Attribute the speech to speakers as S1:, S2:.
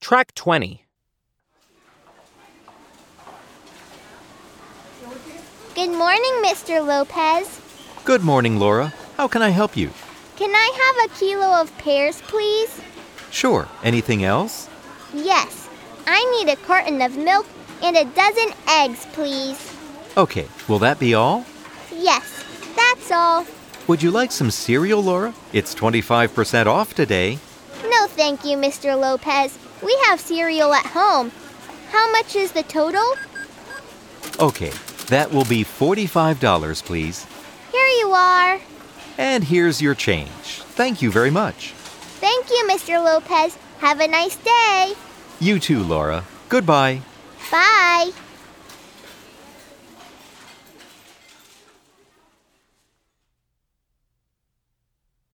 S1: Track 20.
S2: Good morning, Mr. Lopez.
S3: Good morning, Laura. How can I help you?
S2: Can I have a kilo of pears, please?
S3: Sure. Anything else?
S2: Yes. I need a carton of milk and a dozen eggs, please.
S3: Okay. Will that be all?
S2: Yes, that's all.
S3: Would you like some cereal, Laura? It's 25% off today.
S2: No, thank you, Mr. Lopez. We have cereal at home. How much is the total?
S3: Okay. That will be $45, please.
S2: Here you are.
S3: And here's your change. Thank you very much.
S2: Thank you, Mr. Lopez. Have a nice day.
S3: You too, Laura. Goodbye.
S2: Bye.